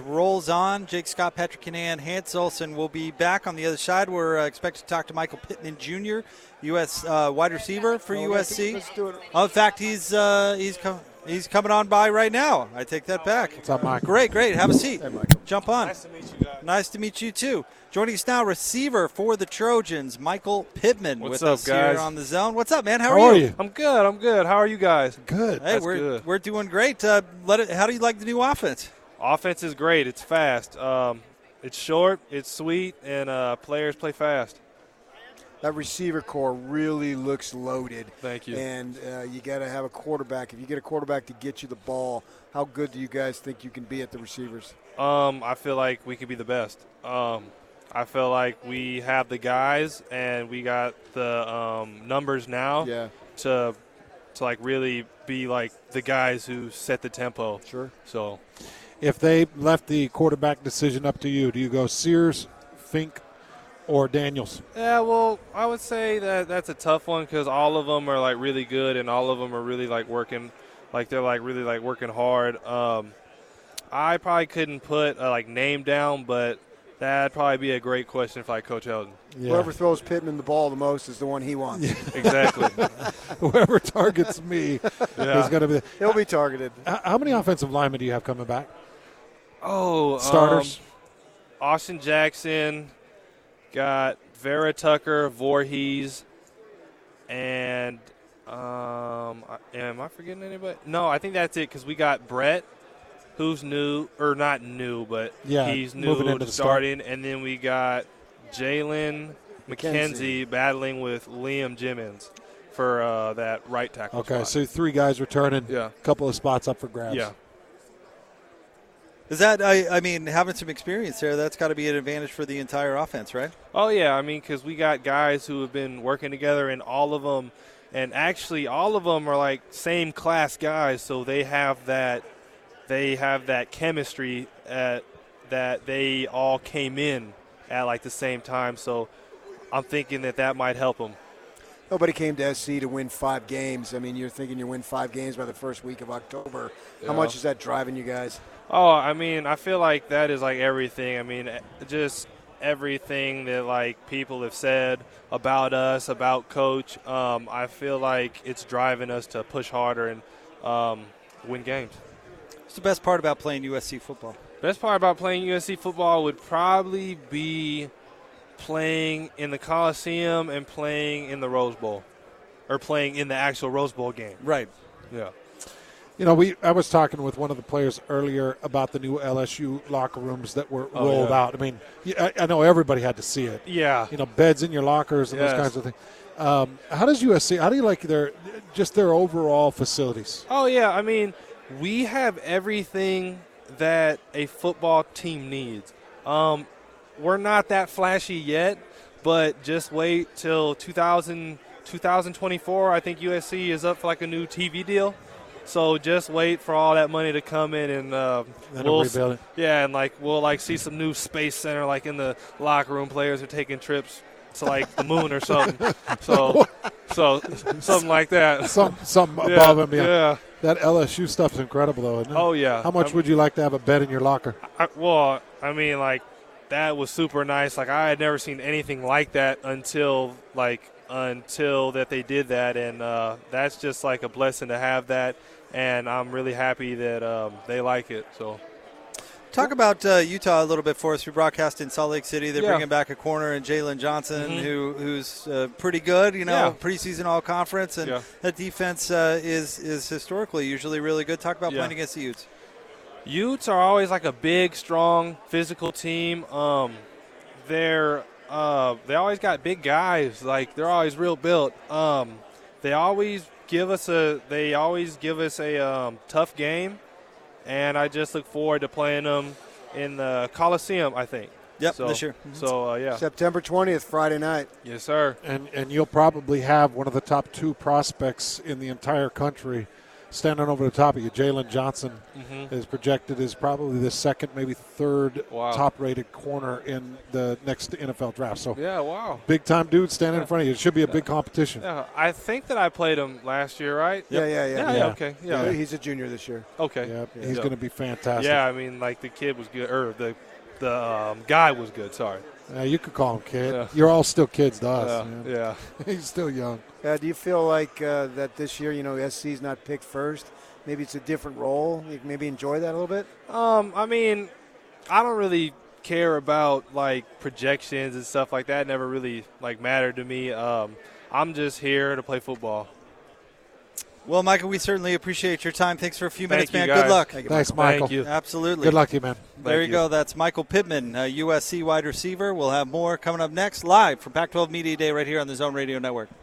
rolls on. Jake Scott, Patrick Canan, Hans Olsen will be back on the other side. We're uh, expected to talk to Michael Pittman Jr., U.S. Uh, wide receiver for Oh, let's- USC. let's do it. Oh, in fact, he's uh, he's com- he's coming on by right now. I take that back. What's up, Mike? Great, great. Have a seat. Hey, Michael. Jump on. Nice to meet you guys. Nice to meet you too. Joining us now, receiver for the Trojans, Michael Pittman, What's with up, us guys? here on the zone. What's up, man? How, How are you? I'm good. I'm good. How are you guys? Good. Hey, That's we're good. we're doing great. Uh, let it, how do you like the new offense? Offense is great. It's fast. Um, it's short. It's sweet, and uh, players play fast. That receiver core really looks loaded. Thank you. And uh, you got to have a quarterback. If you get a quarterback to get you the ball, how good do you guys think you can be at the receivers? Um, I feel like we could be the best. Um, I feel like we have the guys, and we got the um, numbers now Yeah, to to like really be like the guys who set the tempo. sure. So If they left the quarterback decision up to you, do you go Sears, Fink, or Daniels? Yeah, well, I would say that that's a tough one because all of them are like really good, and all of them are really like working, like they're like really like working hard. Um, I probably couldn't put a like name down, but that'd probably be a great question for like Coach Elden. Whoever throws Pittman the ball the most is the one he wants. Exactly. Whoever targets me Yeah. is going to be. He'll be targeted. H- How many offensive linemen do you have coming back? oh, um, Starters. Austin Jackson got Vera Tucker, Voorhees, and um, I- am I forgetting anybody? No, I think that's it because we got Brett, who's new or not new, but Yeah, he's new moving into the start. starting, and then we got Jalen McKenzie. McKenzie battling with Liam Jimmins for uh, that right tackle. Okay, spot. so three guys returning. Yeah. A couple of spots up for grabs. yeah, Is that I, I mean having some experience there? That's got to be an advantage for the entire offense, right? Oh yeah, I mean, because we got guys who have been working together, and all of them, and actually all of them are like same class guys, so they have that, they have that chemistry at, that they all came in at like the same time. So I'm thinking that that might help them. Nobody came to SC to win five games. I mean, you're thinking you win five games by the first week of October. How Yeah. much is that driving you guys? Oh, I mean, I feel like that is like everything. I mean, just everything that like people have said about us, about coach. Um, I feel like it's driving us to push harder and um, win games. What's the best part about playing USC football? Best part about playing USC football would probably be playing in the Coliseum and playing in the Rose Bowl, or playing in the actual Rose Bowl game. Right. Yeah. You know, we I was talking with one of the players earlier about the new LSU locker rooms that were Oh, rolled yeah. out. I mean, y- I, I know everybody had to see it. Yeah. You know, beds in your lockers and Yes. those kinds of things. Um, how does USC? How do you like their just their overall facilities? Oh yeah, I mean, we have everything that a football team needs. Um, we're not that flashy yet, but just wait till 2000, 2024. I think USC is up for like a new TV deal, so just wait for all that money to come in and uh, Then we'll s- rebuild it. yeah, and like we'll like see some new space center like in the locker room. Players are taking trips to like the moon or something, so so something like that. Some some Yeah, above and beyond. yeah. That LSU stuff's incredible, though. Isn't it? Oh, yeah. How much I'm- would you like to have a bed in your locker? I, well, I mean, like that was super nice. Like I had never seen anything like that until like until that they did that, and uh, that's just like a blessing to have that. And I'm really happy that um, they like it. So Talk about uh, Utah a little bit for us. We broadcast in Salt Lake City. They're Yeah. bringing back a corner and Jalen Johnson, who who's uh, pretty good. You know, Yeah. preseason All Conference, and Yeah. that defense uh, is is historically usually really good. Talk about Yeah. playing against the Utes. Utes are always like a big, strong, physical team. Um, they're uh, they always got big guys. Like they're always real built. Um, they always give us a they always give us a um, tough game, and I just look forward to playing them in the Coliseum. I think. Yep, So, this year. So uh, yeah. September 20th, Friday night. Yes, sir. And and you'll probably have one of the top two prospects in the entire country standing over the top of you. Jalen Johnson is projected as probably the second, maybe third Mm-hmm. Wow. top-rated corner in the next NFL draft. So Yeah, wow. big-time dude standing in front of you. It should be a big competition. Yeah, I think that I played him last year, right? Yeah, yeah, yeah. Yeah, yeah, Yeah. okay. Yeah, He's a junior this year. okay. Yeah, he's Yeah. going to be fantastic. Yeah, I mean, like the kid was good, or the the um, guy was good. Sorry. Yeah, you could call him kid. Yeah. You're all still kids to us. Yeah, man. yeah. he's still young. Uh, do you feel like uh, that this year, you know, SC's not picked first? Maybe it's a different role. You can maybe enjoy that a little bit. Um, I mean, I don't really care about like projections and stuff like that. Never really like mattered to me. Um, I'm just here to play football. Well, Michael, we certainly appreciate your time. Thanks for a few Thank minutes, you, man. guys. Good luck. Thank you, Thanks, Michael. Thank you. Absolutely. Good luck to you, man. There you, Thank you. go. That's Michael Pittman, a USC wide receiver. We'll have more coming up next live from Pac 12 Media Day right here on the Zone Radio Network.